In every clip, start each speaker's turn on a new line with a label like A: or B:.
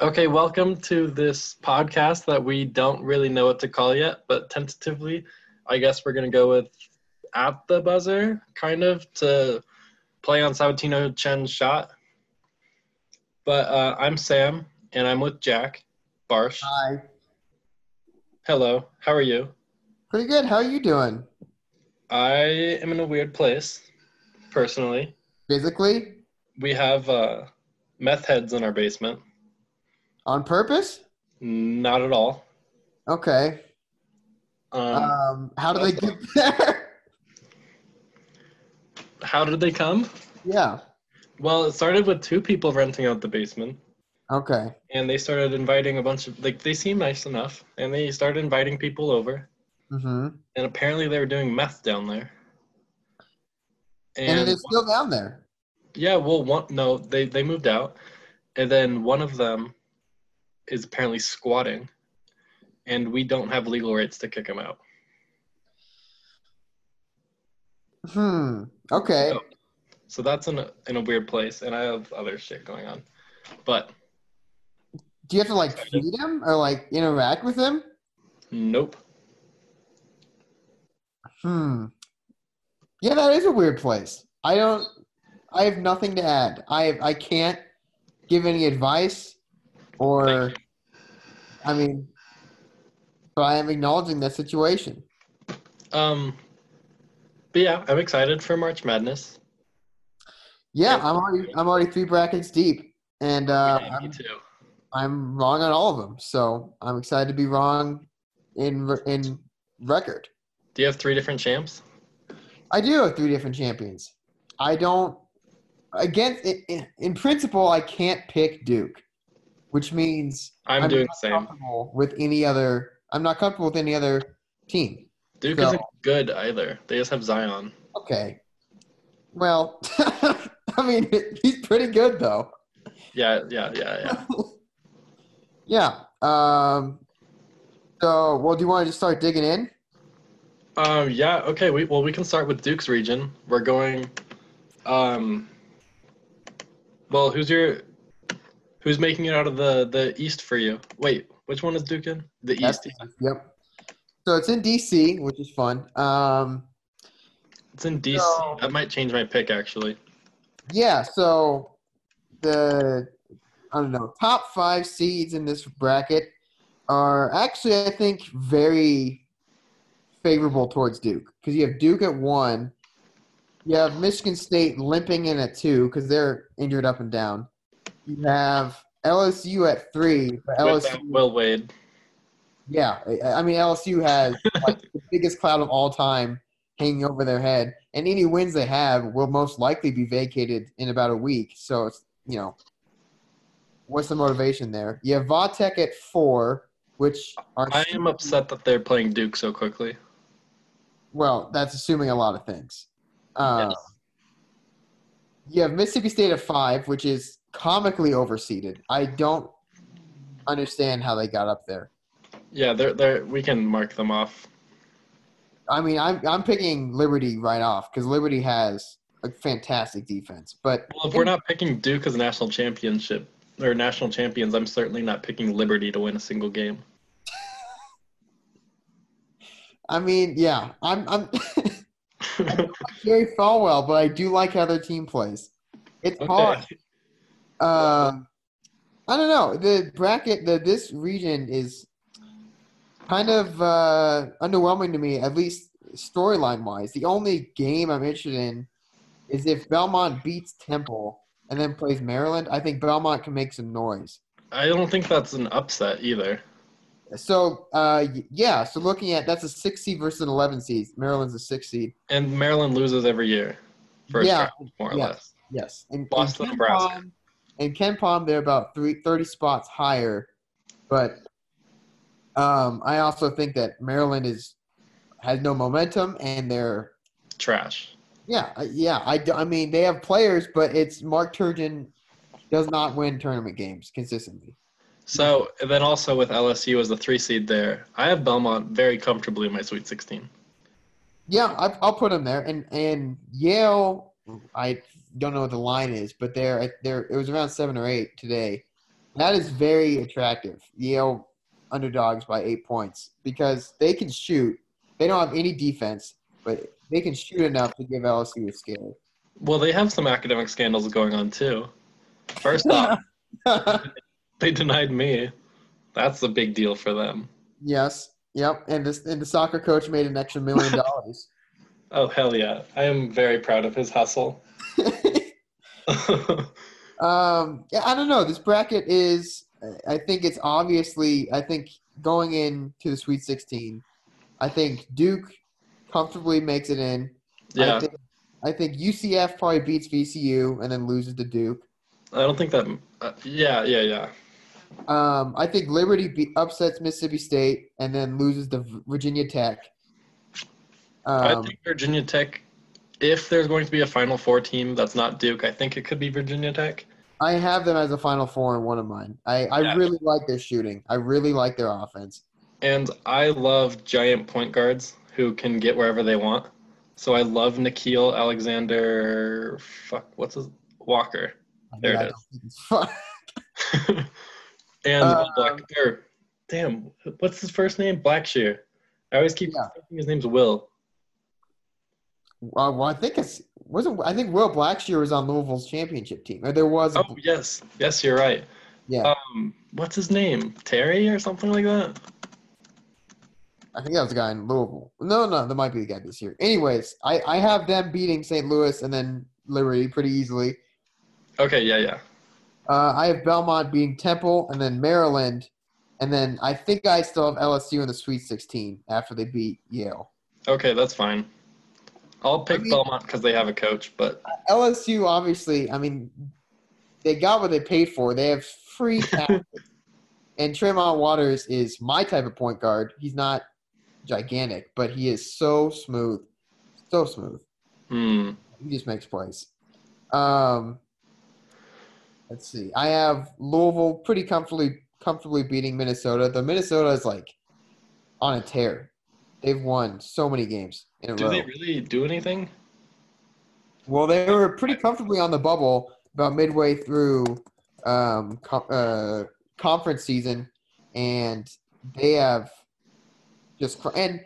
A: Okay, welcome to this podcast that we don't really know what to call yet, but tentatively, I guess we're going to go with at the buzzer, kind of, to play on Sabatino Chen's shot. But uh, I'm Sam, and I'm with Jack Barsh.
B: Hi.
A: Hello, how are you?
B: Pretty good. How are you doing?
A: I am in a weird place, personally.
B: Physically?
A: We have uh, meth heads in our basement.
B: On purpose?
A: Not at all.
B: Okay.
A: Um,
B: Um, how do they
A: that's
B: get there?
A: how did they come?
B: yeah.
A: Well, it started with two people renting out the basement,
B: Okay.
A: and they started inviting a bunch of like they seemed nice enough, and they started inviting people over,
B: Mm-hmm.
A: and apparently they were doing meth down there.
B: And,
A: And,
B: it's still down there.
A: yeah, well, one no, they they moved out, and then one of them is apparently squatting, and we don't have legal rights to kick him out.
B: Hmm. Okay.
A: So- So that's in a, in a weird place, and I have other shit going on, but
B: Do you have to like feed him or like interact with him?
A: nope.
B: Hmm. Yeah, that is a weird place. I don't. I have nothing to add. I I can't give any advice, or
A: Thank
B: I mean, but I am acknowledging that situation.
A: Um, but yeah, I'm excited for March Madness.
B: Yeah,
A: Yeah.
B: I'm already I'm already three brackets deep, and uh,
A: Yeah, me
B: I'm,
A: too.
B: I'm wrong on all of them. So I'm excited to be wrong in re- in record.
A: Do you have three different champs?
B: I do have three different champions. I don't against in- in, in principle I can't pick Duke, which means
A: I'm, doing
B: not
A: the same.
B: comfortable with any other. I'm not comfortable with any other team.
A: Duke
B: so-
A: isn't good either. They just have Zion.
B: Okay, well, I mean he's pretty good though.
A: Yeah, yeah, yeah, yeah.
B: Yeah. Um, so, well, do you want to just start digging in?
A: um, yeah. Okay. We well, we can start with Duke's region. We're going. Um. Well, who's your, who's making it out of the the East for you? Wait, which one is Duke in? The East.
B: Yep. So it's in DC, which is fun. Um,
A: It's in DC.
B: So-
A: That might change my pick actually.
B: yeah. So the I don't know top five seeds in this bracket are actually I think very favorable towards Duke because you have Duke at one. You have Michigan State limping in at two because they're injured up and down. You have LSU at three. But
A: With
B: LSU
A: that Will Wade.
B: Yeah, I I mean LSU has like the biggest cloud of all time hanging over their head, and any wins they have will most likely be vacated in about a week. So it's you know, what's the motivation there? You have Vatek at four, which are
A: I am upset that they're playing Duke so quickly.
B: well, that's assuming a lot of things. Uh, You have Mississippi State at five, which is comically overseeded. I don't understand how they got up there.
A: Yeah, they're they're. We can mark them off.
B: I mean, I'm I'm picking Liberty right off because Liberty has a fantastic defense. But
A: Well, if we're not picking Duke as a national championship or national champions, I'm certainly not picking Liberty to win a single game.
B: I mean, yeah, I'm I'm Jerry Falwell, but I do like how their team plays. It's hard.
A: okay.
B: Um, I don't know. The bracket, the this region is kind of uh, underwhelming to me, at least storyline wise. The only game I'm interested in is if Belmont beats Temple and then plays Maryland. I think Belmont can make some noise.
A: I don't think that's an upset either.
B: So uh, y- yeah, so looking at that's a six seed versus an eleven seed. Maryland's a six seed.
A: And Maryland loses every year, for a
B: Yeah,
A: start, more or
B: yeah.
A: less.
B: Yes, and
A: Lost to
B: and Ken
A: Nebraska.
B: Palm, and Ken Palm, they're about three, 30 spots higher, but um, I also think that Maryland is has no momentum, and they're
A: Trash.
B: yeah, I- yeah. I, d- I mean they have players, but it's Mark Turgeon does not win tournament games consistently.
A: So and then also with LSU as the three seed there, I have Belmont very comfortably in my Sweet 16.
B: Yeah, I, I'll put them there, and and Yale. I don't know what the line is, but they're they're it was around seven or eight today. That is very attractive. Yale underdogs by eight points because they can shoot. They don't have any defense, but they can shoot enough to give LSU a scare.
A: Well, they have some academic scandals going on too. First off, they denied me. That's a big deal for them.
B: yes. Yep. And this and the soccer coach made an extra million dollars.
A: Oh hell yeah! I am very proud of his hustle.
B: Um, yeah, I don't know. This bracket is. I think it's obviously. I think going into the Sweet 16, I think Duke comfortably makes it in.
A: yeah,
B: I think, I think UCF probably beats VCU and then loses to Duke.
A: I don't think that. Uh, yeah, yeah, yeah.
B: Um, I think Liberty be- upsets Mississippi State and then loses to V- Virginia Tech.
A: I
B: Um,
A: think Virginia Tech. If there's going to be a Final Four team that's not Duke, I think it could be Virginia Tech.
B: I have them as a Final Four in one of mine. I, I
A: Yeah.
B: really like their shooting. I really like their offense.
A: And I love giant point guards who can get wherever they want. So I love Nikhil Alexander. Fuck, what's his Walker?
B: I mean,
A: There it
B: I
A: is.
B: don't think it's fun.
A: and
B: Um,
A: Black, or, damn, what's his first name? Blackshear. I always keep
B: Yeah.
A: thinking his name's Will.
B: Uh, well, I think it's wasn't. I think Will Blackshear was on Louisville's championship team, or there was. A,
A: Oh yes, yes, you're right.
B: yeah,
A: Um, what's his name? Terry or something like that.
B: I think that was the guy in Louisville. No, no, that might be the guy this year. Anyways, I I have them beating St. Louis and then Liberty pretty easily.
A: Okay, yeah, yeah.
B: Uh, I have Belmont beating Temple and then Maryland, and then I think I still have LSU in the Sweet 16 after they beat Yale.
A: Okay, that's fine. I'll pick
B: I mean-
A: Belmont because they have a coach, but
B: LSU, obviously, I mean, they got what they paid for. They have free cash. and Tremont Waters is my type of point guard. He's not gigantic, but he is so smooth. So smooth.
A: hmm.
B: He just makes plays. Um, let's see. I have Louisville pretty comfortably comfortably beating Minnesota. The Minnesota is like on a tear. They've won so many games in a
A: Do
B: row.
A: they really do anything?
B: Well, they were pretty comfortably on the bubble about midway through um, co- uh, conference season, and they have just cr- and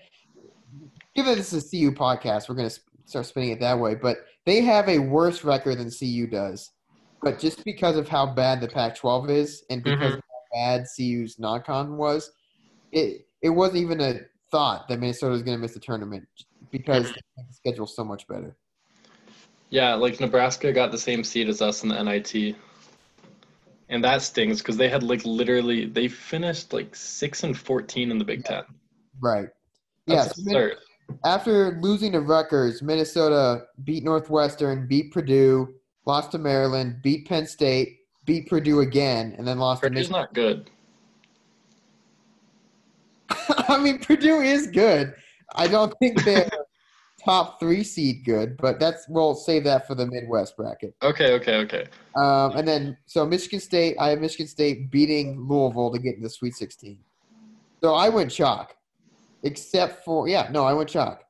B: given this is a CU podcast, we're going to start spinning it that way. But they have a worse record than CU does, but just because of how bad the Pac-12 is and because
A: Mhm.
B: of how bad CU's non-con was, it it wasn't even a thought that Minnesota was going to miss the tournament because they the schedule's so much better.
A: Yeah, like Nebraska got the same seed as us in the NIT. And that stings because they had like literally they finished like six and fourteen in the Big Ten.
B: Right.
A: That's
B: Yes.
A: absurd.
B: after losing to Rutgers, Minnesota beat Northwestern, beat Purdue, lost to Maryland, beat Penn State, beat Purdue again, and then lost
A: Purdue's
B: to
A: not good.
B: Michigan. I mean, Purdue is good. I don't think they're top three seed good, but that's we'll save that for the Midwest bracket.
A: Okay, okay, okay.
B: Um, and then so Michigan State, I have Michigan State beating Louisville to get in the Sweet 16. So I went chalk, except for yeah, no, I went chalk.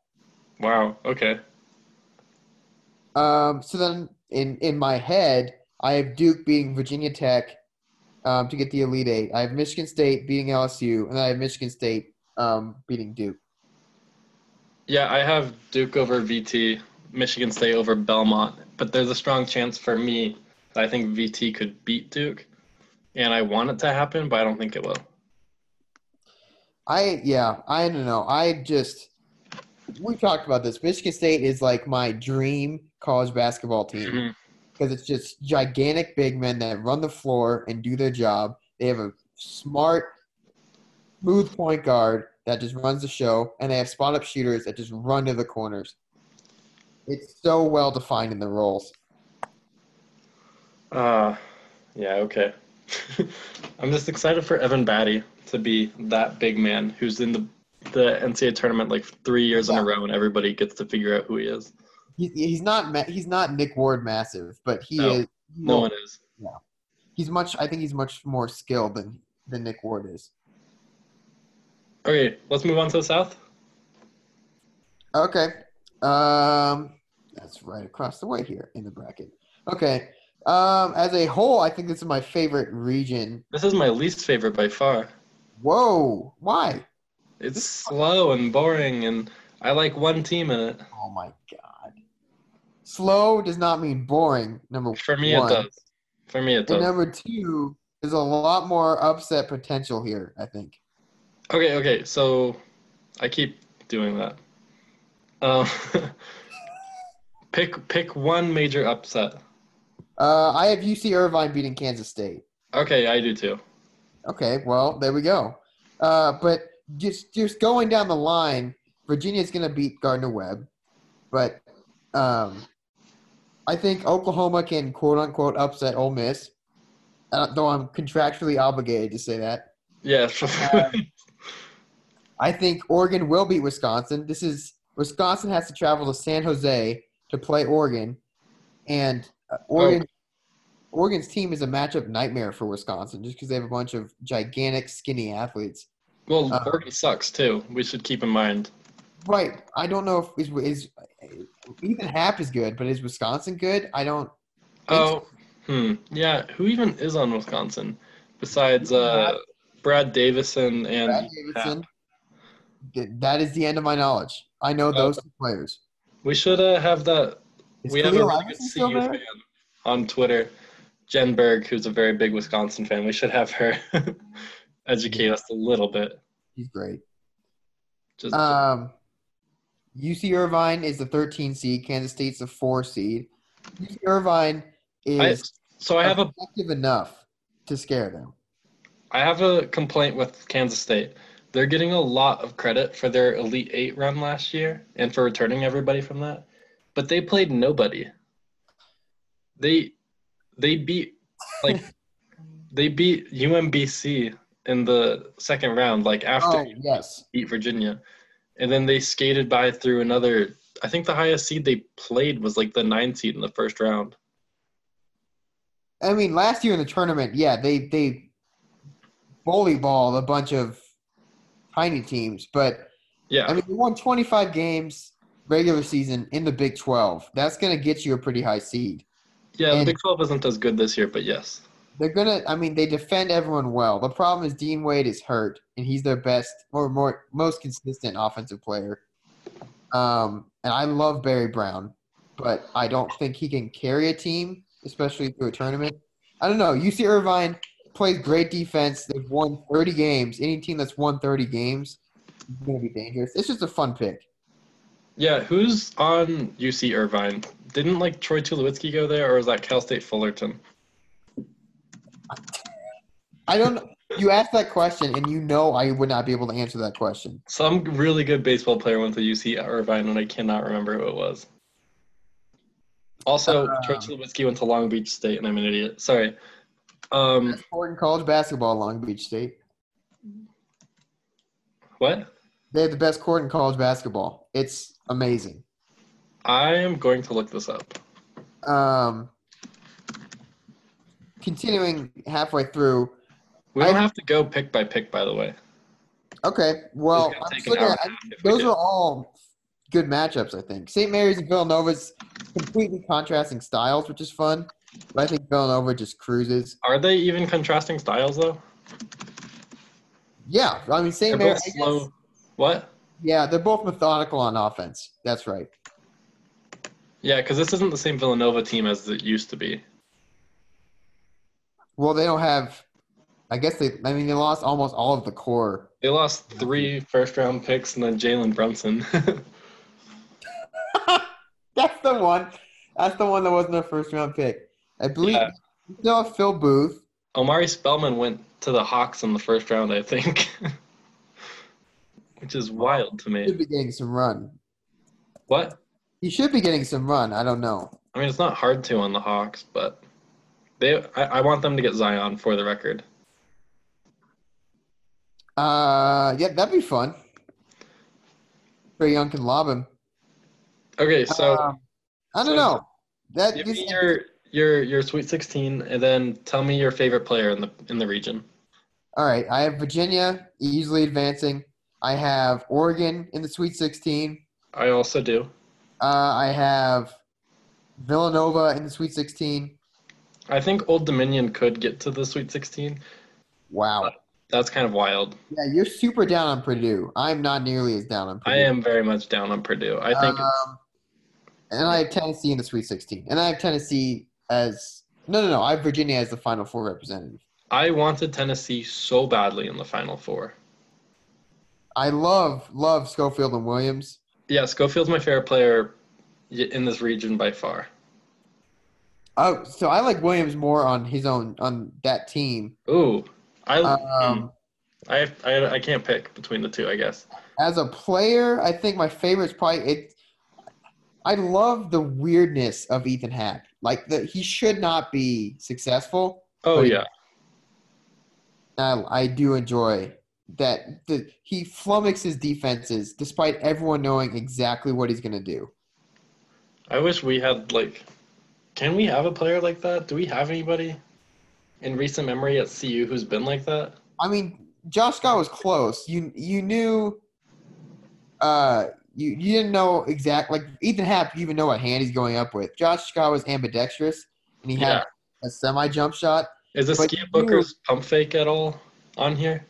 A: Wow. Okay.
B: Um, so then in, in my head, I have Duke beating Virginia Tech um, to get the Elite Eight. I have Michigan State beating LSU, and then I have Michigan State um, beating Duke.
A: Yeah, I have Duke over VT, Michigan State over Belmont, but there's a strong chance for me that I think VT could beat Duke, and I want it to happen, but I don't think it will.
B: I yeah, I don't know. I just we talked about this. Michigan State is like my dream college basketball team
A: Mhm.
B: because it's just gigantic big men that run the floor and do their job. They have a smart, smooth point guard that just runs the show, and they have spot up shooters that just run to the corners. It's so well defined in the roles.
A: Uh, yeah, okay. I'm just excited for Evan Batty to be that big man who's in the the NCAA tournament like three years in a row, and everybody gets to figure out who he is.
B: He, he's not ma- he's not Nick Ward massive, but he
A: No.
B: is.
A: No one is.
B: he's much. I think he's much more skilled than than Nick Ward is.
A: Okay, let's move on to the South.
B: Okay. Um, that's right across the way here in the bracket. Okay. Um, as a whole, I think this is my favorite region.
A: This is my least favorite by far.
B: Whoa, why?
A: It's slow and boring, and I like one team in it.
B: Oh my god. Slow does not mean boring. Number
A: For me,
B: one.
A: it does. For me, it
B: And
A: does.
B: number two, there's a lot more upset potential here. I think.
A: Okay, okay. So I keep doing that. Um, pick pick one major upset.
B: Uh, I have UC Irvine beating Kansas State.
A: Okay, I do too.
B: Okay, well there we go. Uh, but just just going down the line, Virginia's going to beat Gardner Webb, but um, I think Oklahoma can quote unquote upset Ole Miss. Uh, though I'm contractually obligated to say that.
A: Yeah.
B: Uh, I think Oregon will beat Wisconsin. This is Wisconsin has to travel to San Jose to play Oregon, and uh, Oregon, Oregon's team is a matchup nightmare for Wisconsin just because they have a bunch of gigantic, skinny athletes.
A: well,
B: Uh,
A: Oregon sucks too. We should keep in mind.
B: Right. I don't know if is, is Ethan Happ is good, but is Wisconsin good? I don't.
A: Oh, hmm. Yeah. Who even is on Wisconsin besides uh, Brad Davison and
B: Brad Davidson. Th- That is the end of my knowledge. I know those two players.
A: We should uh, have that.
B: Is
A: we have a
B: Khalil
A: really good
B: Iverson still
A: CU
B: there?
A: fan on Twitter, Jen Berg, who's a very big Wisconsin fan. We should have her educate us a little bit.
B: He's great.
A: Just
B: Um, UC Irvine is the 13 seed. Kansas State's the four seed. UC Irvine
A: I,
B: is
A: so I have a
B: effective enough to scare them.
A: I have a complaint with Kansas State. They're getting a lot of credit for their Elite Eight run last year and for returning everybody from that, but they played nobody. They they beat like they beat UMBC in the second round, like after
B: Oh yes,
A: beat Virginia, and then they skated by through another. I think the highest seed they played was like the nine seed in the first round.
B: I mean last year in the tournament, yeah, they they volleyballed a bunch of tiny teams, but
A: Yeah,
B: I mean, you won 25 games regular season in the Big 12. That's going to get you a pretty high seed.
A: yeah. The
B: and-
A: Big Twelve isn't as good this year, but yes,
B: They're going to, I mean, they defend everyone well. The problem is Dean Wade is hurt, and he's their best or more most consistent offensive player. Um, and I love Barry Brown, but I don't think he can carry a team, especially through a tournament. I don't know. UC Irvine plays great defense. They've won 30 games. Any team that's won 30 games is going to be dangerous. It's just a fun pick.
A: yeah. Who's on UC Irvine? Didn't like Troy Tulowitzki go there, or was that Cal State Fullerton?
B: I don't. You asked that question, and you know I would not be able to answer that question.
A: Some really good baseball player went to UC Irvine, and I cannot remember who it was. Also, Troy
B: Um,
A: Tulowitzki went to Long Beach State, and I'm an idiot. Sorry. Um,
B: Horton College basketball, Long Beach State.
A: what?
B: They have the best court in college basketball. It's amazing.
A: I am going to look this up.
B: Um, continuing halfway through.
A: We don't
B: I-
A: have to go pick by pick, by the way.
B: Okay,
A: It's
B: well,
A: gonna
B: I'm
A: take
B: just
A: an
B: looking
A: hour
B: at-
A: and a half if we
B: those
A: do.
B: are all good matchups. I think St. Mary's and Villanova's completely contrasting styles, which is fun. But I think Villanova just cruises.
A: Are they even contrasting styles though?
B: Yeah, I mean St.
A: They're
B: Mary's.
A: both slow. What?
B: Yeah, they're both methodical on offense. That's right.
A: Yeah, because this isn't the same Villanova team as it used to be.
B: Well, they don't have. I guess they. I mean, they lost almost all of the core.
A: They lost three first round picks and then Jalen Brunson.
B: That's the one. That's the one that wasn't a first round pick. I believe.
A: Yeah.
B: You still have Phil Booth.
A: Omari Spellman went to the Hawks in the first round, I think. Which is wild to
B: He should
A: me.
B: be getting some run.
A: What?
B: He should be getting some run. I don't know.
A: I mean it's not hard to on the Hawks, but they I, I want them to get Zion for the record.
B: Uh, yeah, that'd be fun. Trey Young can lob him.
A: Okay, so
B: Um, I
A: so-
B: don't know. That
A: Give
B: just,
A: me your your your Sweet 16, and then tell me your favorite player in the in the region.
B: all right. I have Virginia easily advancing. I have Oregon in the Sweet 16.
A: I also do.
B: Uh, I have Villanova in the Sweet 16.
A: I think Old Dominion could get to the Sweet 16. Uh,
B: Wow.
A: That's kind of wild.
B: Yeah, you're super down on Purdue. I'm not nearly as down on Purdue.
A: I am very much down on Purdue. I think it's,
B: Um, and I have Tennessee in the Sweet 16. And I have Tennessee as no, no, no. I have Virginia as the Final Four representative.
A: I wanted Tennessee so badly in the Final Four.
B: I love love Schofield and Williams.
A: Yeah, Schofield's my favorite player y- in this region by far.
B: Oh, so I like Williams more on his own on that team.
A: Ooh, I hmm,
B: Um,
A: I, I I can't pick between the two. I guess
B: as a player, I think my favorite is probably it. I love the weirdness of Ethan Happ. Like the, he should not be successful.
A: Oh
B: But he-
A: yeah,
B: I, I do enjoy that the, he flummoxes defenses despite everyone knowing exactly what he's going to do.
A: I wish we had like. Can we have a player like that? Do we have anybody in recent memory at CU who's been like that?
B: I mean, Josh Scott was close. You you knew. Uh, you you didn't know exact like Ethan Happ. You even know what hand he's going up with. Josh Scott was ambidextrous, and he had a semi jump shot.
A: Is
B: But
A: Askia
B: you-
A: Booker's pump fake at all on here?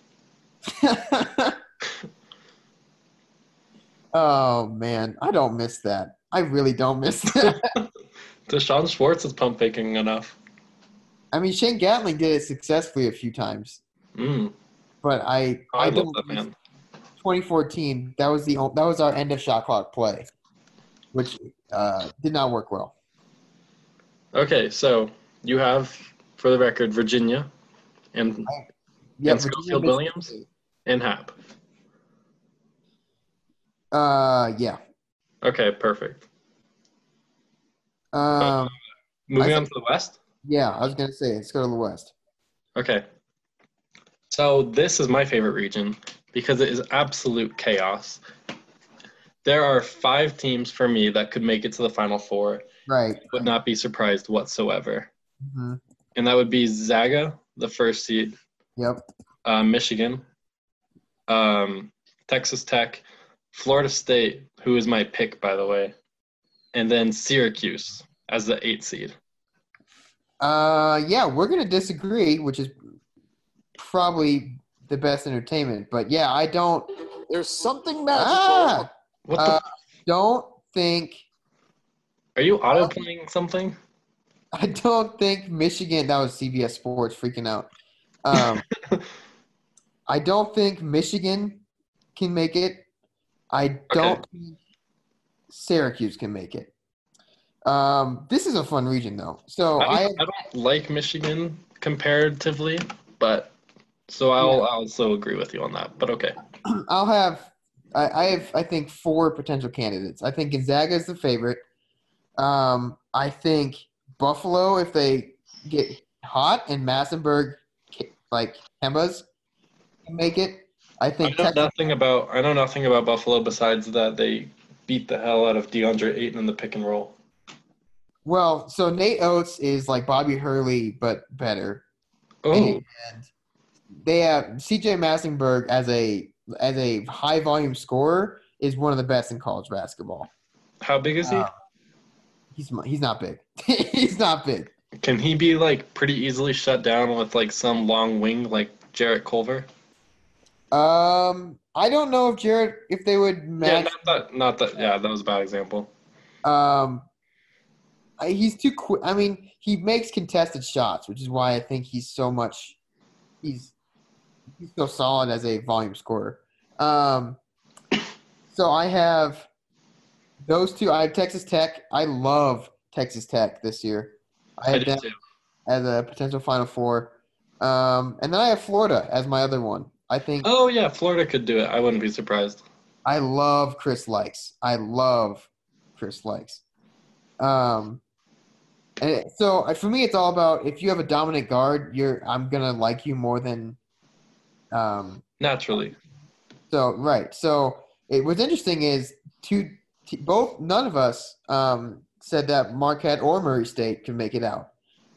B: oh man, I don't miss that. I really don't miss that.
A: Deshaun Schwartz is pump faking enough.
B: I mean, Shane Gatling did it successfully a few times,
A: Mm,
B: but I
A: Oh, I, love
B: don't
A: that
B: miss-
A: man.
B: 2014. That was the o- that was our end of shot clock play, which uh, did not work well.
A: Okay, so you have, for the record, Virginia and And
B: Virginia
A: Schofield
B: missed-
A: Williams? and Hap.
B: Uh, yeah.
A: Okay, perfect.
B: Um,
A: Moving
B: I
A: on to the West.
B: yeah, I was gonna say let's go to the West.
A: Okay. So this is my favorite region because it is absolute chaos. There are five teams for me that could make it to the final four.
B: Right.
A: Would not be surprised whatsoever.
B: hmm
A: And that would be Zaga, the first seed,
B: Yep.
A: uh, Michigan, um, Texas Tech, Florida State, who is my pick, by the way, and then Syracuse as the eight seed.
B: Uh, yeah, we're gonna disagree, which is probably the best entertainment. But yeah, I don't.
C: There's something magical.
B: Ah,
A: What the?
B: Uh, don't think.
A: are you auto playing something?
B: I don't think Michigan. That was CBS Sports freaking out. Um, I don't think Michigan can make it. I don't think Syracuse can make it. Um, this is a fun region though. So
A: I,
B: Oh, I,
A: don't- I don't like Michigan comparatively, but so I'll
B: Yeah.
A: also agree with you on that. But okay,
B: I'll have I, I have I think four potential candidates. I think Gonzaga is the favorite. Um, I think Buffalo if they get hot and Massenburg like Hembas can make it. I
A: I
B: think
A: know
B: Texas,
A: nothing about I know nothing about Buffalo besides that they beat the hell out of DeAndre Ayton in the pick and roll.
B: well, so Nate Oates is like Bobby Hurley but better.
A: Oh,
B: And they have CJ Massenburg as a as a high volume scorer is one of the best in college basketball.
A: how big is he?
B: Uh, he's he's not big. he's not big.
A: Can he be like pretty easily shut down with like some long wing like Jarrett Culver?
B: Um, I don't know if Jared if they would
A: Yeah,
B: match.
A: not that, not that. Yeah, that was a bad example.
B: um, I- he's too quick. I mean, he makes contested shots, which is why I think he's so much. He's he's so solid as a volume scorer. Um, so I have those two. I have Texas Tech. I love Texas Tech this year. I
A: I,
B: have
A: do
B: them
A: too.
B: as a potential Final Four, um, and then I have Florida as my other one. I think
A: Oh yeah, Florida could do it. I wouldn't be surprised.
B: I love Chris Likes. I love Chris Likes. Um, and it- so uh, for me, it's all about if you have a dominant guard, you're I'm gonna like you more than. Um,
A: Naturally,
B: so right. So it, what's interesting is two, t- both none of us um, said that Marquette or Murray State can make it out.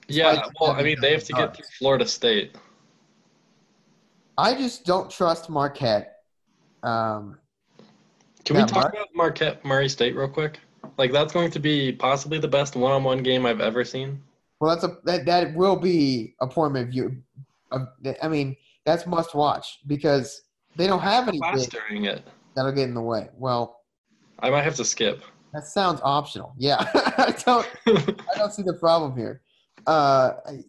A: yeah.
B: Despite
A: Well, I
B: having
A: mean, they have to get
B: dominant
A: through Florida State.
B: I just don't trust Marquette. Um,
A: Can
B: Yeah,
A: we talk
B: Mar-
A: about Marquette Murray State real quick? Like that's going to be possibly the best one-on-one game I've ever seen.
B: Well, that's a that, that will be a point of view. Of, I mean, that's must watch because they don't have any
A: Class during it.
B: that'll get in the way. Well,
A: I might have to skip.
B: that sounds optional. Yeah, I don't I don't see the problem here. Uh, I-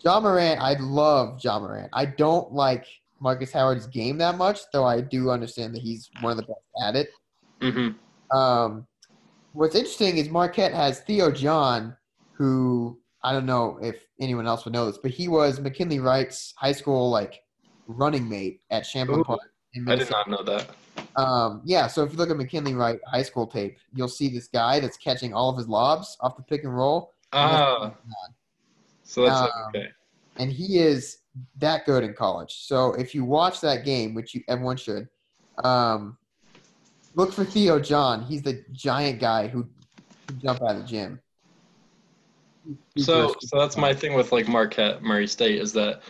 B: John Moran, I love John Moran. I don't like Marcus Howard's game that much, though I do understand that he's one of the best at it.
A: hmm
B: Um, what's interesting is Marquette has Theo John, who I don't know if anyone else would know this, but he was McKinley Wright's high school like running mate at Champlain
A: Ooh,
B: Park in
A: I did not
B: Minnesota.
A: know that.
B: Um, yeah, so if you look at McKinley Wright high school tape, you'll see this guy that's catching all of his lobs off the pick and roll,
A: Ah. So that's
B: Um,
A: okay.
B: and he is that good in college. So if you watch that game, which you, everyone should, um, look for Theo John. He's the giant guy who can jump out of the gym.
A: So, so that's my thing with like Marquette Murray State is that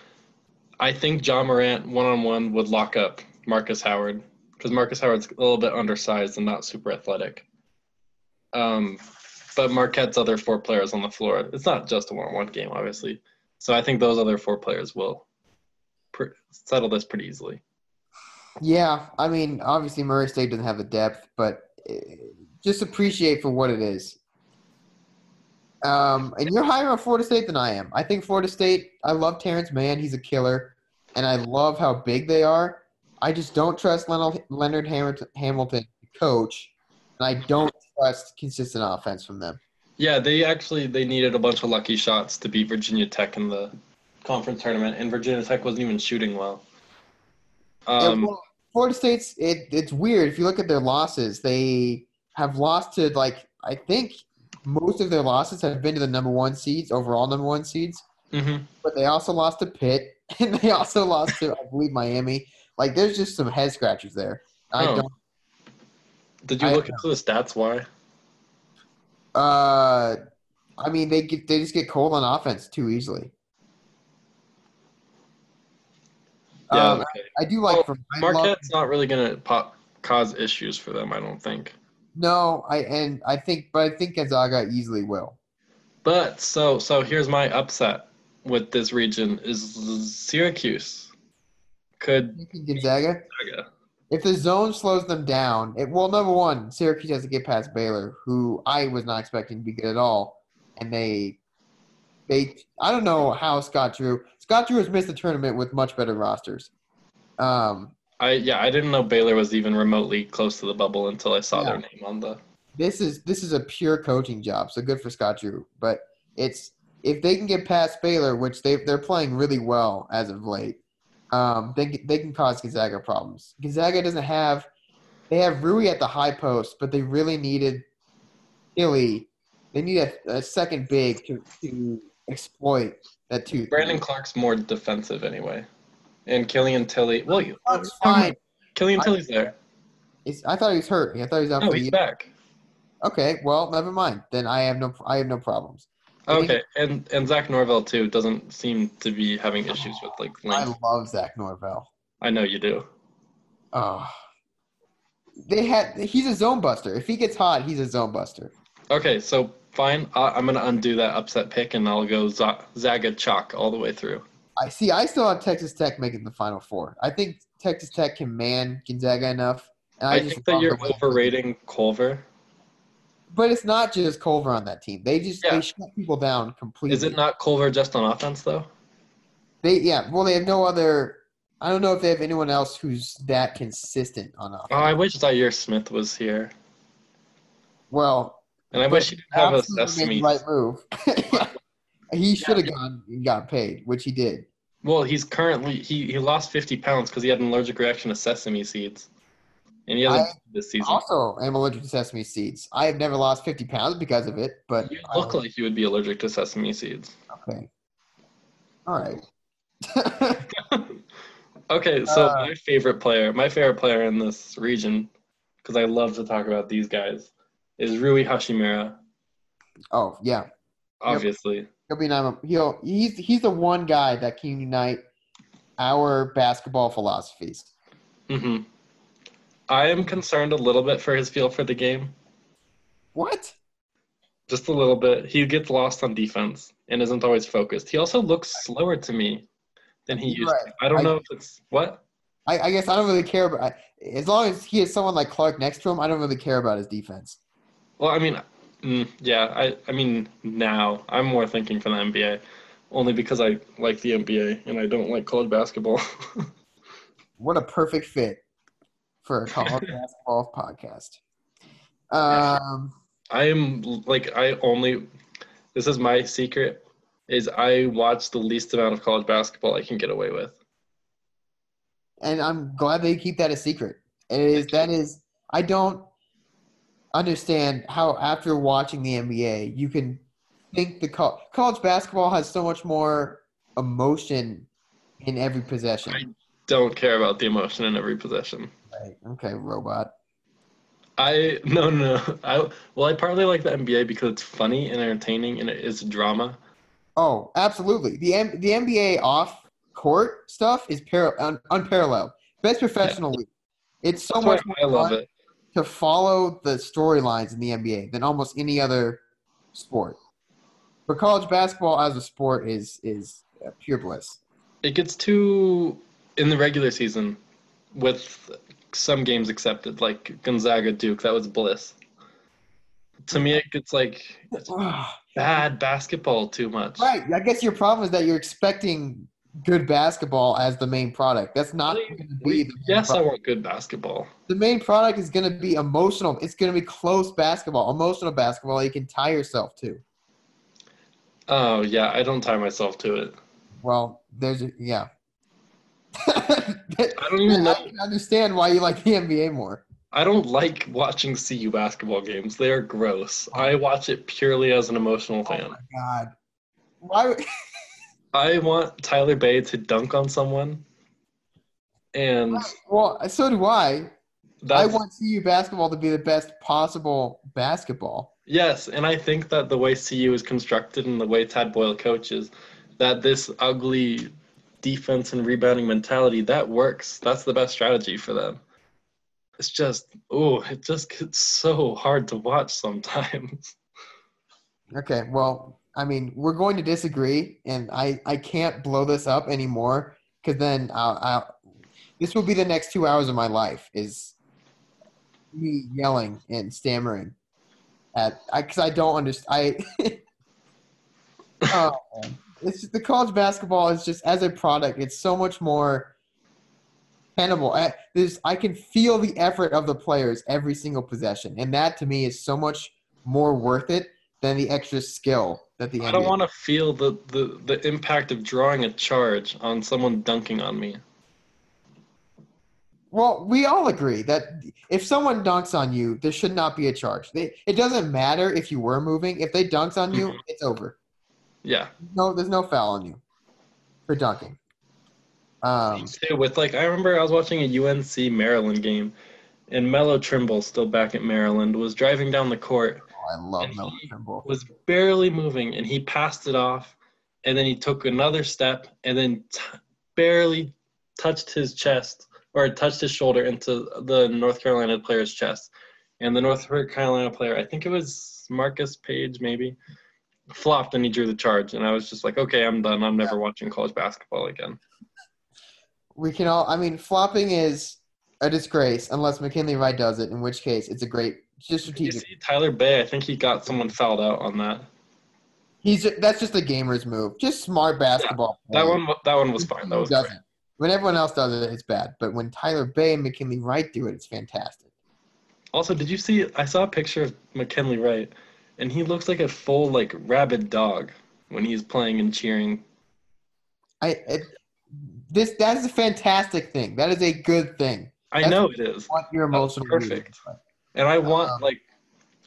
A: I think John Morant one on one would lock up Marcus Howard because Marcus Howard's a little bit undersized and not super athletic. Um, but Marquette's other four players on the floor, it's not just a one on one game, obviously. So I think those other four players will pr- settle this pretty easily.
B: Yeah, I mean, obviously Murray State doesn't have the depth, but eh, just appreciate for what it is. Um, and you're higher on Florida State than I am. I think Florida State. I love Terrence Mann; he's a killer, and I love how big they are. I just don't trust Leonard, Leonard Hamilton, Hamilton, the coach, and I don't trust consistent offense from them.
A: Yeah, they actually they needed a bunch of lucky shots to beat Virginia Tech in the conference tournament, and Virginia Tech wasn't even shooting well. Um,
B: Yeah, well, Florida State's it, it's weird. If you look at their losses, they have lost to like I think most of their losses have been to the number one seeds, overall number one seeds.
A: mhm.
B: But they also lost to Pitt, and they also lost to I believe Miami. Like there's just some head scratchers there. I
A: Oh.
B: don't.
A: Did you
B: I-
A: look into the stats? Why?
B: Uh, I mean they get they just get cold on offense too easily.
A: Yeah,
B: Um,
A: okay.
B: I do like
A: Oh,
B: from I love-
A: Marquette's not really gonna pop, cause issues for them, I don't think.
B: no, I and I think, but I think Gonzaga easily will.
A: But so so here's my upset with this region is Syracuse. Could
B: You think Gonzaga?
A: Gonzaga.
B: If the zone slows them down, it well number one, Syracuse has to get past Baylor, who I was not expecting to be good at all, and they, they I don't know how Scott Drew Scott Drew has missed the tournament with much better rosters. Um,
A: I yeah I didn't know Baylor was even remotely close to the bubble until I saw their name on the.
B: this is this is a pure coaching job, so good for Scott Drew. But it's if they can get past Baylor, which they they're playing really well as of late, um, they can- they can cause Gonzaga problems. Gonzaga doesn't have they have Rui at the high post, but they really needed Illy. They need a, a second big to, to exploit that two.
A: Brandon Clark's more defensive anyway, and Killian Tilly. Well, you,
B: Clark's fine.
A: Killian
B: I-
A: Tilly's there.
B: It's, I thought he was hurt. I thought he was out
A: No,
B: for the
A: he's
B: year.
A: back.
B: Okay, well, never mind. Then I have no I have no problems. I think-
A: Okay, and and Zach Norvell too doesn't seem to be having issues with like length.
B: I love Zach Norvell.
A: I know you do.
B: Oh. They had he's a zone buster. If he gets hot, he's a zone buster.
A: Okay, so fine. I, I'm gonna undo that upset pick, and I'll go Za- Zaga Chalk all the way through.
B: I see I still have Texas Tech making the final four. I think Texas Tech can man Gonzaga enough. And I,
A: I,
B: just
A: think that
B: love
A: you're
B: the way-
A: overrating Culver.
B: But it's not just Culver on that team. They just
A: Yeah.
B: they shut people down completely.
A: Is it not Culver just on offense though?
B: They yeah, well they have no other I don't know if they have anyone else who's that consistent on offense.
A: Oh, I wish Zaire Smith was here,
B: well,
A: and I wish he didn't have a
B: Thompson made
A: sesame.
B: the right move. he should have gone and got paid, which he did.
A: Well, he's currently he, he lost 50 pounds because he had an allergic reaction to sesame seeds, and he hasn't
B: I-
A: this season.
B: also am allergic to sesame seeds. I have never lost 50 pounds because of it, but
A: You
B: I
A: look
B: was
A: like you would be allergic to sesame seeds.
B: okay. All right.
A: Okay, so
B: Uh,
A: my favorite player, my favorite player in this region, because I love to talk about these guys, is Rui Hashimura,
B: oh yeah,
A: obviously.
B: he'll be nine. He'll he's he's the one guy that can unite our basketball philosophies.
A: hmm I am concerned a little bit for his feel for the game.
B: What?
A: just a little bit. He gets lost on defense and isn't always focused. He also looks slower to me than he used.
B: Right.
A: to. I don't
B: I-
A: know if it's what.
B: I, I guess I don't really care about I, as long as he has someone like Clark next to him. I don't really care about his defense.
A: Well, I mean, mm, yeah. I I mean now I'm more thinking for the NBA, only because I like the NBA and I don't like college basketball.
B: What a perfect fit for a college basketball podcast. Um,
A: I am like I only. This is my secret. Is I watch the least amount of college basketball I can get away with.
B: and I'm glad they keep that a secret. It is that is I don't understand how after watching the NBA you can think the col- college basketball has so much more emotion in every possession.
A: I- Don't care about the emotion in every possession.
B: Right. Okay, robot.
A: I no no. no. I well, I partly like the NBA because it's funny and entertaining and it is drama.
B: Oh, absolutely. The M- the NBA off court stuff is par- un- unparalleled. Best professional league. It's so
A: That's
B: much
A: why I love
B: Oh, fun.
A: it.
B: to follow the storylines in the NBA than almost any other sport. But college basketball as a sport is is uh, pure bliss.
A: It gets too in the regular season, with some games accepted, like Gonzaga Duke. That was bliss. To me, it gets like it's
B: right.
A: bad basketball too much.
B: I guess your problem is that you're expecting good basketball as the main product. That's not
A: Really?
B: going to be
A: We-
B: the main
A: yes, I
B: product.
A: want good basketball.
B: the main product is going to be emotional. It's going to be close basketball, emotional basketball you can tie yourself to.
A: Oh yeah, I don't tie myself to it.
B: Well, there's a, yeah.
A: I don't even know.
B: I can understand why you like the NBA more.
A: I don't like watching CU basketball games. They are gross. I watch it purely as an emotional fan.
B: God, why? would-
A: I want Tyler Bay to dunk on someone, and
B: Well, so do I. I
A: that's
B: want CU basketball to be the best possible basketball.
A: yes. And I think that the way CU is constructed and the way Tad Boyle coaches, that this ugly defense and rebounding mentality that works. That's the best strategy for them. It's just oh, it just gets so hard to watch sometimes.
B: Okay, well, I mean, we're going to disagree, and I, I can't blow this up anymore because then I'll, I'll, this will be the next two hours of my life is me yelling and stammering at because I, don't understand. I oh, man. it's just, the college basketball is just as a product, it's so much more tenable. I, there's, I can feel the effort of the players every single possession, and that to me is so much more worth it than the extra skill that the
A: I don't
B: NBA
A: want to feel the, the, the impact of drawing a charge on someone dunking on me.
B: Well, we all agree that if someone dunks on you, there should not be a charge. They, it doesn't matter if you were moving. If they dunks on you,
A: Mhm.
B: it's over.
A: Yeah.
B: No, there's no foul on you for dunking. Um,
A: Too, with like I remember I was watching a UNC Maryland game and Mello Trimble, still back at Maryland, was driving down the court,
B: oh, I love Melo Trimble.
A: was barely moving, and he passed it off, and then he took another step and then t- barely touched his chest or touched his shoulder into the North Carolina player's chest. And the North Carolina player, I think it was Marcus Page maybe, flopped and he drew the charge. And I was just like, okay, I'm done. I'm never watching college basketball again.
B: We can all. I mean, flopping is a disgrace unless McKinley Wright does it, in which case it's a great just
A: You
B: strategic.
A: see Tyler Bay, I think he got someone fouled out on that.
B: He's ju- that's just a gamer's move. Just smart basketball.
A: That
B: play.
A: one wa- that one was fine. That was
B: doesn't.
A: great.
B: When everyone else does it, it's bad. But when Tyler Bay and McKinley Wright do it, it's fantastic.
A: Also, did you see I saw a picture of McKinley Wright and he looks like a full like rabid dog when he's playing and cheering.
B: I it, this that is a fantastic thing. That is a good thing.
A: I
B: That's-
A: know it is.
B: Want your emotional
A: perfect.
B: reading.
A: And I want
B: Um,
A: like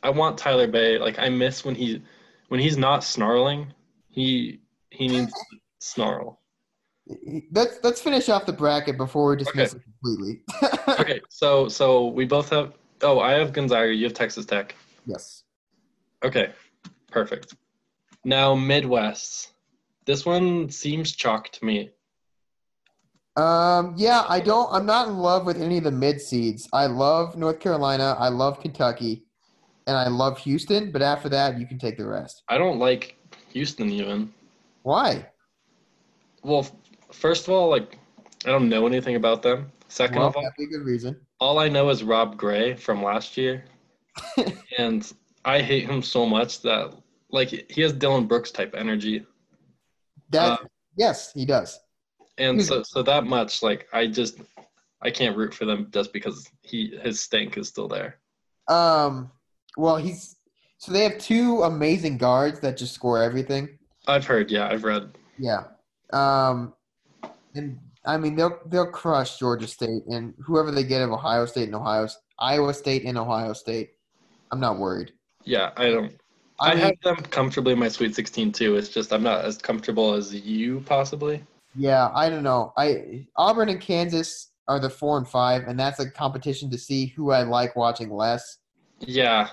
A: I want Tyler Bay. Like I miss when he when he's not snarling. He he needs to snarl.
B: Let's let's finish off the bracket before we dismiss it completely.
A: Okay, so so we both have oh, I have Gonzaga, you have Texas Tech.
B: yes.
A: Okay. Perfect. Now Midwest. This one seems chalk to me.
B: Um. Yeah. I don't. I'm not in love with any of the mid seeds. I love North Carolina. I love Kentucky. and I love Houston, but after that, you can take the rest.
A: I don't like Houston even.
B: Why?
A: Well, f- first of all, like I don't know anything about them. Second
B: Well,
A: of all,
B: that'd be a good reason.
A: all I know is Rob Gray from last year, and I hate him so much that like he has Dylan Brooks type energy,
B: That yes, he does.
A: and
B: He's-
A: so so that much like I just I can't root for them just because he his stink is still there.
B: Um, well, he's so they have two amazing guards that just score everything.
A: I've heard, yeah, I've read.
B: Yeah. Um, and I mean they'll they'll crush Georgia State and whoever they get of Ohio State and Ohio Iowa State and Ohio State. I'm not worried.
A: Yeah, I don't.
B: I,
A: I
B: mean,
A: have them comfortably in my Sweet 16 too. It's just I'm not as comfortable as you possibly.
B: yeah, I don't know. I Auburn and Kansas are the four and five, and that's a competition to see who I like watching less.
A: Yeah,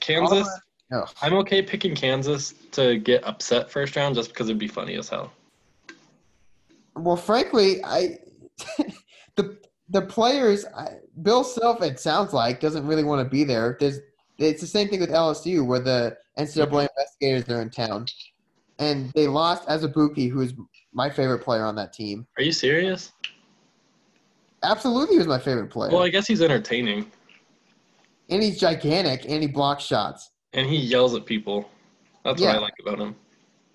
A: Kansas.
B: Ugh.
A: I'm okay picking Kansas to get upset first round just because it'd be funny as hell.
B: Well, frankly, I the the players I, Bill Self it sounds like doesn't really want to be there. There's it's the same thing with LSU where the NCAA investigators are in town, and they lost Azubuki, who is my favorite player on that team.
A: Are you serious?
B: Absolutely, was my favorite player,
A: Well, I guess he's entertaining
B: and he's gigantic, and he blocks shots.
A: and he yells at people. That's what I
B: Yeah.
A: like about him.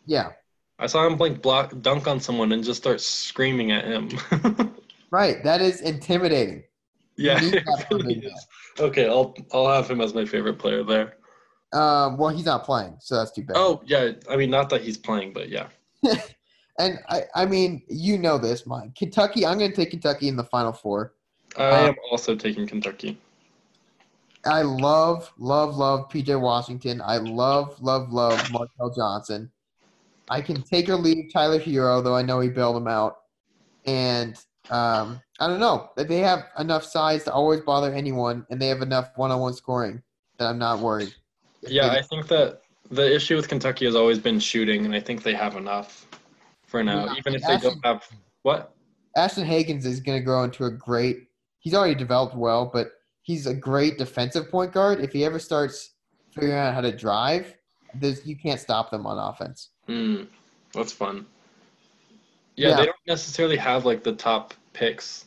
B: Yeah,
A: I saw him like block dunk on someone and just start screaming at him.
B: right. That is intimidating.
A: yeah,
B: You need
A: it
B: that
A: really
B: from him,
A: is. Okay, I'll I'll have him as my favorite player there.
B: Um, well, he's not playing, so that's too bad.
A: Oh yeah, I mean not that he's playing, but yeah.
B: and I, I mean, you know this, Mike. Kentucky. I'm going to take Kentucky in the Final Four.
A: I
B: Um,
A: am also taking Kentucky.
B: I love, love, love PJ Washington. I love, love, love Markel Johnson. I can take or leave Tyler Hero, though I know he bailed him out. And um, I don't know. They have enough size to always bother anyone, and they have enough one on one scoring that I'm not worried.
A: Yeah, I think that the issue with Kentucky has always been shooting, and I think they have enough for now,
B: Yeah,
A: even if they don't have what.
B: Ashton Hagens is going to grow into a great. He's already developed well, but he's a great defensive point guard. If he ever starts figuring out how to drive, there's, you can't stop them on offense.
A: Hmm, that's fun. Yeah,
B: Yeah.
A: they don't necessarily have like the top picks.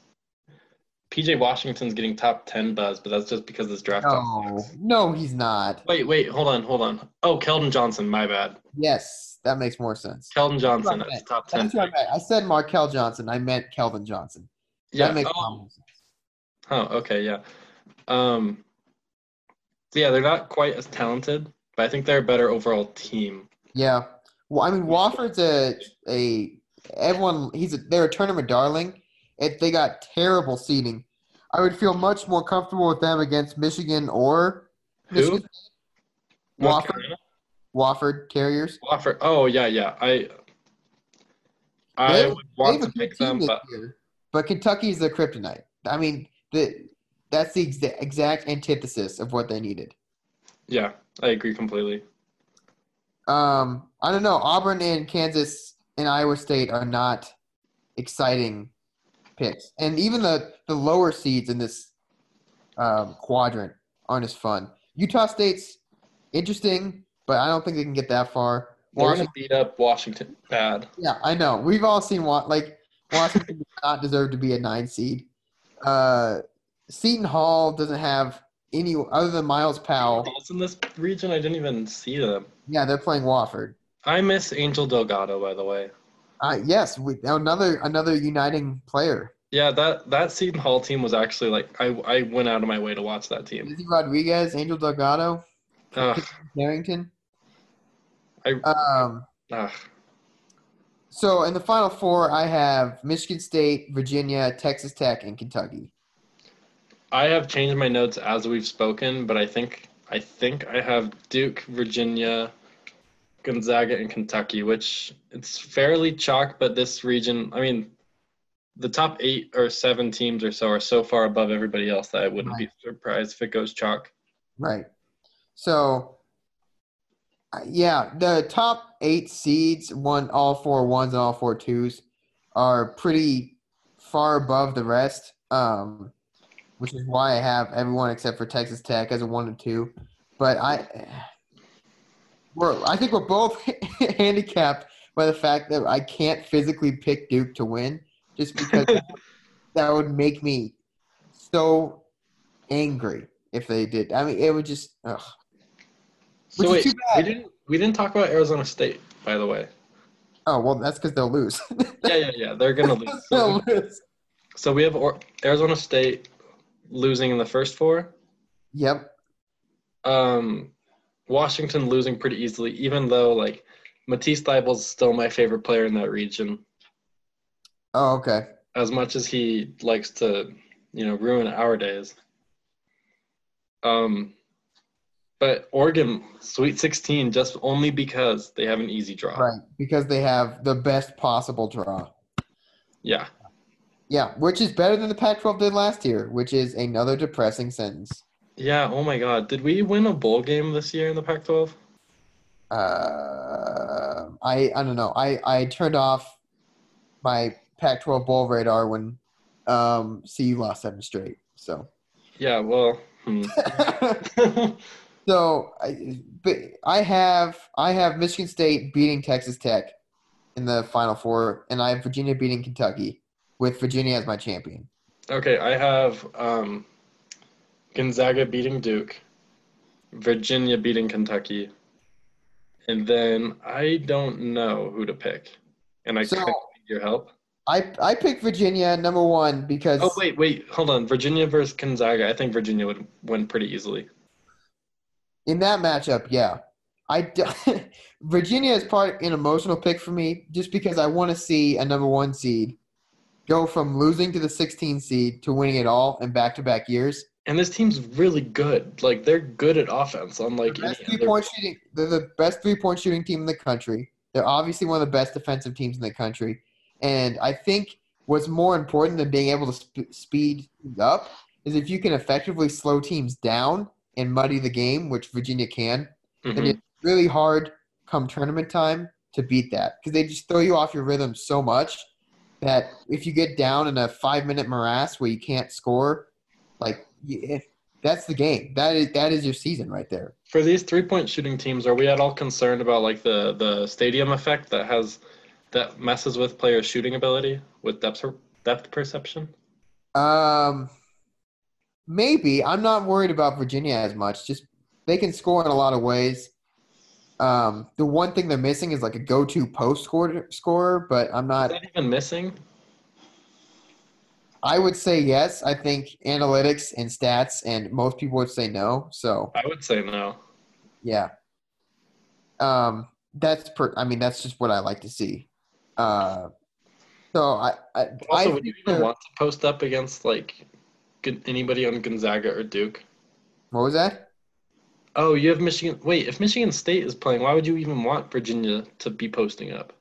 A: PJ Washington's getting top ten buzz, but that's just because this draft.
B: No,
A: picks.
B: no, he's not.
A: Wait, wait, hold on, hold on. Oh, Keldon Johnson, my bad.
B: Yes, that makes more sense.
A: Keldon Johnson
B: That's right.
A: is top ten.
B: That's what I meant. I said Markel Johnson. I meant Kelvin Johnson.
A: Yeah.
B: That makes
A: oh,
B: more sense.
A: Oh, okay, yeah. Um, so yeah, they're not quite as talented, but I think they're a better overall team.
B: Yeah. Well, I mean, Wofford's a a everyone. He's a, they're a tournament darling. If they got terrible seating, I would feel much more comfortable with them against Michigan or
A: Who?
B: Michigan,
A: North
B: Wofford.
A: Carolina?
B: Wofford Carriers.
A: Wofford. Oh, yeah, yeah. I
B: They
A: I
B: have-
A: would want to
B: They have a good
A: pick
B: team
A: them,
B: this
A: but
B: year, but Kentucky's the kryptonite. I mean, the that's the exa- exact antithesis of what they needed.
A: yeah, I agree completely.
B: Um, I don't know. Auburn and Kansas and Iowa State are not exciting picks, and even the the lower seeds in this um, quadrant aren't as fun. Utah State's interesting, but I don't think they can get that far.
A: They're
B: Washington,
A: gonna beat up Washington bad.
B: yeah, I know. We've all seen what like Washington does not deserve to be a nine seed. Uh, Seton Hall doesn't have any other than Miles Powell.
A: It's in this region, I didn't even see them.
B: Yeah, they're playing Wofford.
A: I miss Angel Delgado, by the way.
B: Uh, yes, we, another another uniting player.
A: Yeah, that that Seton Hall team was actually like I I went out of my way to watch that team.
B: Lizzie Rodriguez, Angel Delgado,
A: Ugh,
B: Carrington.
A: I-
B: Um,
A: ugh.
B: so in the final four, I have Michigan State, Virginia, Texas Tech, and Kentucky.
A: I have changed my notes as we've spoken, but I think I think I have Duke, Virginia, Gonzaga, and Kentucky, which it's fairly chalk, but this region, I mean, the top eight or seven teams or so are so far above everybody else that I wouldn't be surprised if it goes chalk.
B: Right. So, uh, yeah, the top eight seeds, one all four ones and all four twos, are pretty far above the rest. Um, which is why I have everyone except for Texas Tech as a one and two. But I, we're, I think we're both handicapped by the fact that I can't physically pick Duke to win just because that would make me so angry if they did. I mean, it would just. Ugh.
A: So
B: Which is
A: wait,
B: too
A: we
B: bad.
A: didn't we didn't talk about Arizona State, by the way.
B: Oh well, that's because they'll lose.
A: Yeah, yeah, yeah. They're gonna lose.
B: they'll
A: So,
B: lose.
A: so we have or- Arizona State losing in the first four.
B: Yep.
A: Um, Washington losing pretty easily, even though like Matisse Thibault's still my favorite player in that region.
B: Oh okay.
A: as much as he likes to, you know, ruin our days. Um, but Oregon, Sweet 16, just only because they have an easy draw.
B: Right, because they have the best possible draw.
A: Yeah.
B: Yeah, which is better than the Pac-12 did last year, which is another depressing sentence.
A: Yeah. Oh my God. Did we win a bowl game this year in the Pac 12?
B: Uh, I I don't know. I I turned off my Pac-12 bowl radar when um CU lost seven straight. So
A: Yeah. Well, hmm.
B: so I but I have I have Michigan State beating Texas Tech in the Final Four, and I have Virginia beating Kentucky with Virginia as my champion.
A: okay. I have um, Gonzaga beating Duke, Virginia beating Kentucky, and then I don't know who to pick. And I
B: So-
A: kind of need your help.
B: I I picked Virginia number one because
A: Oh wait, wait, hold on. Virginia versus Gonzaga. I think Virginia would win pretty easily.
B: In that matchup, yeah. I d- Virginia is part an emotional pick for me just because I want to see a number one seed go from losing to the 16 seed to winning it all in back to back years.
A: And this team's really good. Like they're good at offense, unlike
B: Best
A: any
B: three
A: other.
B: point shooting, they're the best three point shooting team in the country. They're obviously one of the best defensive teams in the country. And I think what's more important than being able to sp- speed up is if you can effectively slow teams down and muddy the game, which Virginia can. and
A: Mhm.
B: it's really hard come tournament time to beat that because they just throw you off your rhythm so much that if you get down in a five minute morass where you can't score, like you- if, that's the game. That is that is your season right there.
A: For these three-point shooting teams, are we at all concerned about like the the stadium effect that has that messes with players' shooting ability with depth per- depth perception?
B: Um, maybe I'm not worried about Virginia as much. Just they can score in a lot of ways. Um, the one thing they're missing is like a go-to post scorer, scorer, but I'm
A: Is
B: not.
A: that even missing?
B: I would say yes. I think analytics and stats, and most people would say no. So
A: I would say no.
B: yeah, um, that's per. I mean, that's just what I like to see. Uh, so I, I, I
A: Also, would you
B: think
A: even
B: they're-
A: want to post up against like good, anybody on Gonzaga or Duke?
B: what was that?
A: Oh, you have Michigan. Wait, if Michigan State is playing, why would you even want Virginia to be posting up?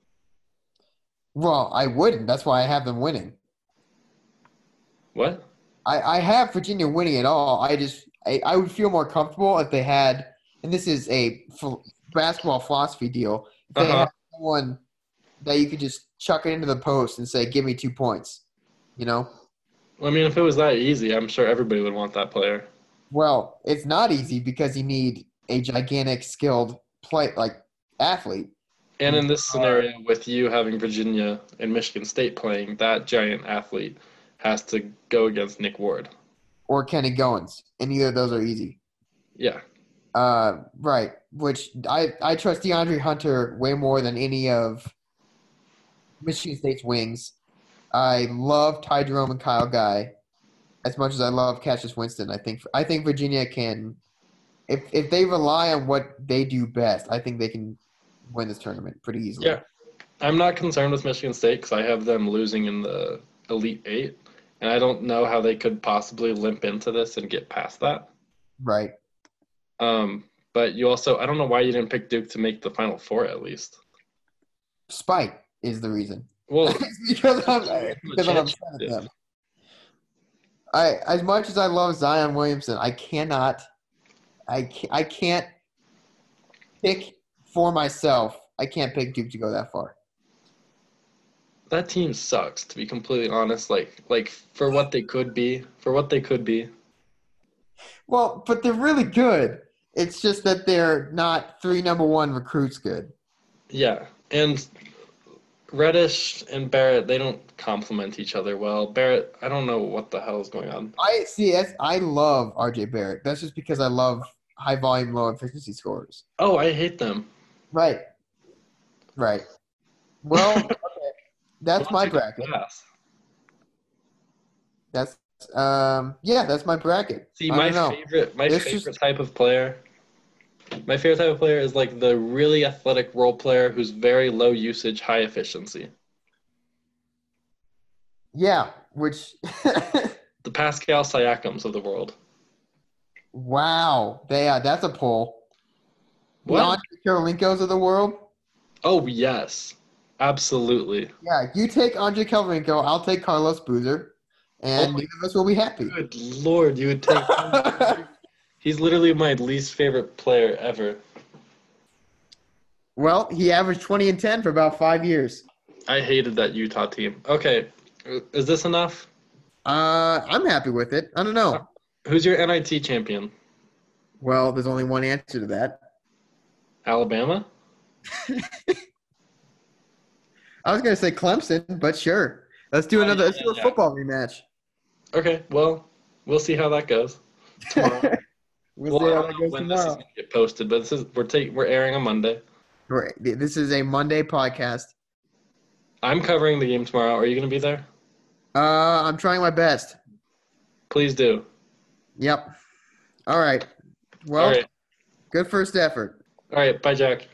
B: Well, I wouldn't. That's why I have them winning.
A: What?
B: I, I have Virginia winning it all. I just I, I would feel more comfortable if they had, and this is a ph- basketball philosophy deal. If they
A: Uh-huh.
B: had someone that you could just chuck it into the post and say, "Give me two points," you know.
A: I mean, if it was that easy, I'm sure everybody would want that player.
B: Well, it's not easy because you need a gigantic skilled play like athlete.
A: And in this scenario, with you having Virginia and Michigan State playing, that giant athlete has to go against Nick Ward.
B: or Kenny Goins, and either of those are easy.
A: Yeah.
B: Uh, right. Which I I trust DeAndre Hunter way more than any of Michigan State's wings. I love Ty Jerome and Kyle Guy as much as I love Cassius Winston. I think I think Virginia can, if if they rely on what they do best, I think they can win this tournament pretty easily.
A: Yeah. I'm not concerned with Michigan State because I have them losing in the Elite Eight. And I don't know how they could possibly limp into this and get past that.
B: Right.
A: Um, but you also, I don't know why you didn't pick Duke to make the Final Four at least.
B: Spite is the reason.
A: Well,
B: It's because I'm, because I'm upset at them. I, as much as I love Zion Williamson, I cannot, I can't, I can't pick for myself. I can't pick Duke to go that far.
A: that team sucks to be completely honest like like for what they could be for what they could be
B: Well, but they're really good. It's just that they're not three number one recruits good.
A: Yeah, and Reddish and Barrett they don't complement each other well. Barrett, I don't know what the hell is going on.
B: I see. That's, I love RJ Barrett. That's just because I love high volume, low efficiency scorers.
A: Oh, I hate them.
B: Right. Right. Well, okay. that's my bracket.
A: Yes.
B: That's um yeah, that's my bracket.
A: See,
B: I
A: my
B: don't know.
A: favorite, my
B: This
A: favorite type of player, my favorite type of player is like the really athletic role player who's very low usage, high efficiency.
B: Yeah, which
A: The Pascal Siakams of the world.
B: wow, they are, that's a pull.
A: What?
B: Andre Karolinkos of the world.
A: Oh yes, absolutely.
B: Yeah, you take Andre Kalvinko, I'll take Carlos Boozer, and
A: Oh my-
B: neither of us will be happy.
A: Good lord, you would take. He's literally my least favorite player ever.
B: well, he averaged 20 and 10 for about five years.
A: I hated that Utah team. Okay, is this enough?
B: Uh, I'm happy with it. I don't know.
A: Who's your NIT champion?
B: Well, there's only one answer to that.
A: Alabama?
B: I was gonna say Clemson, but sure. Let's do
A: Oh,
B: another.
A: yeah,
B: let's do a
A: yeah, yeah.
B: football rematch.
A: Okay, well, we'll see how that goes. Tomorrow.
B: We'll see
A: Well, I
B: how
A: don't
B: that
A: know
B: goes
A: when this is
B: tomorrow.
A: gonna get posted, but this is we're taking we're airing on Monday.
B: Right. This is a Monday podcast.
A: I'm covering the game tomorrow. Are you gonna be there?
B: Uh, I'm trying my best.
A: Please do.
B: Yep. All right. Well,
A: All right.
B: good first effort.
A: All right. Bye, Jack.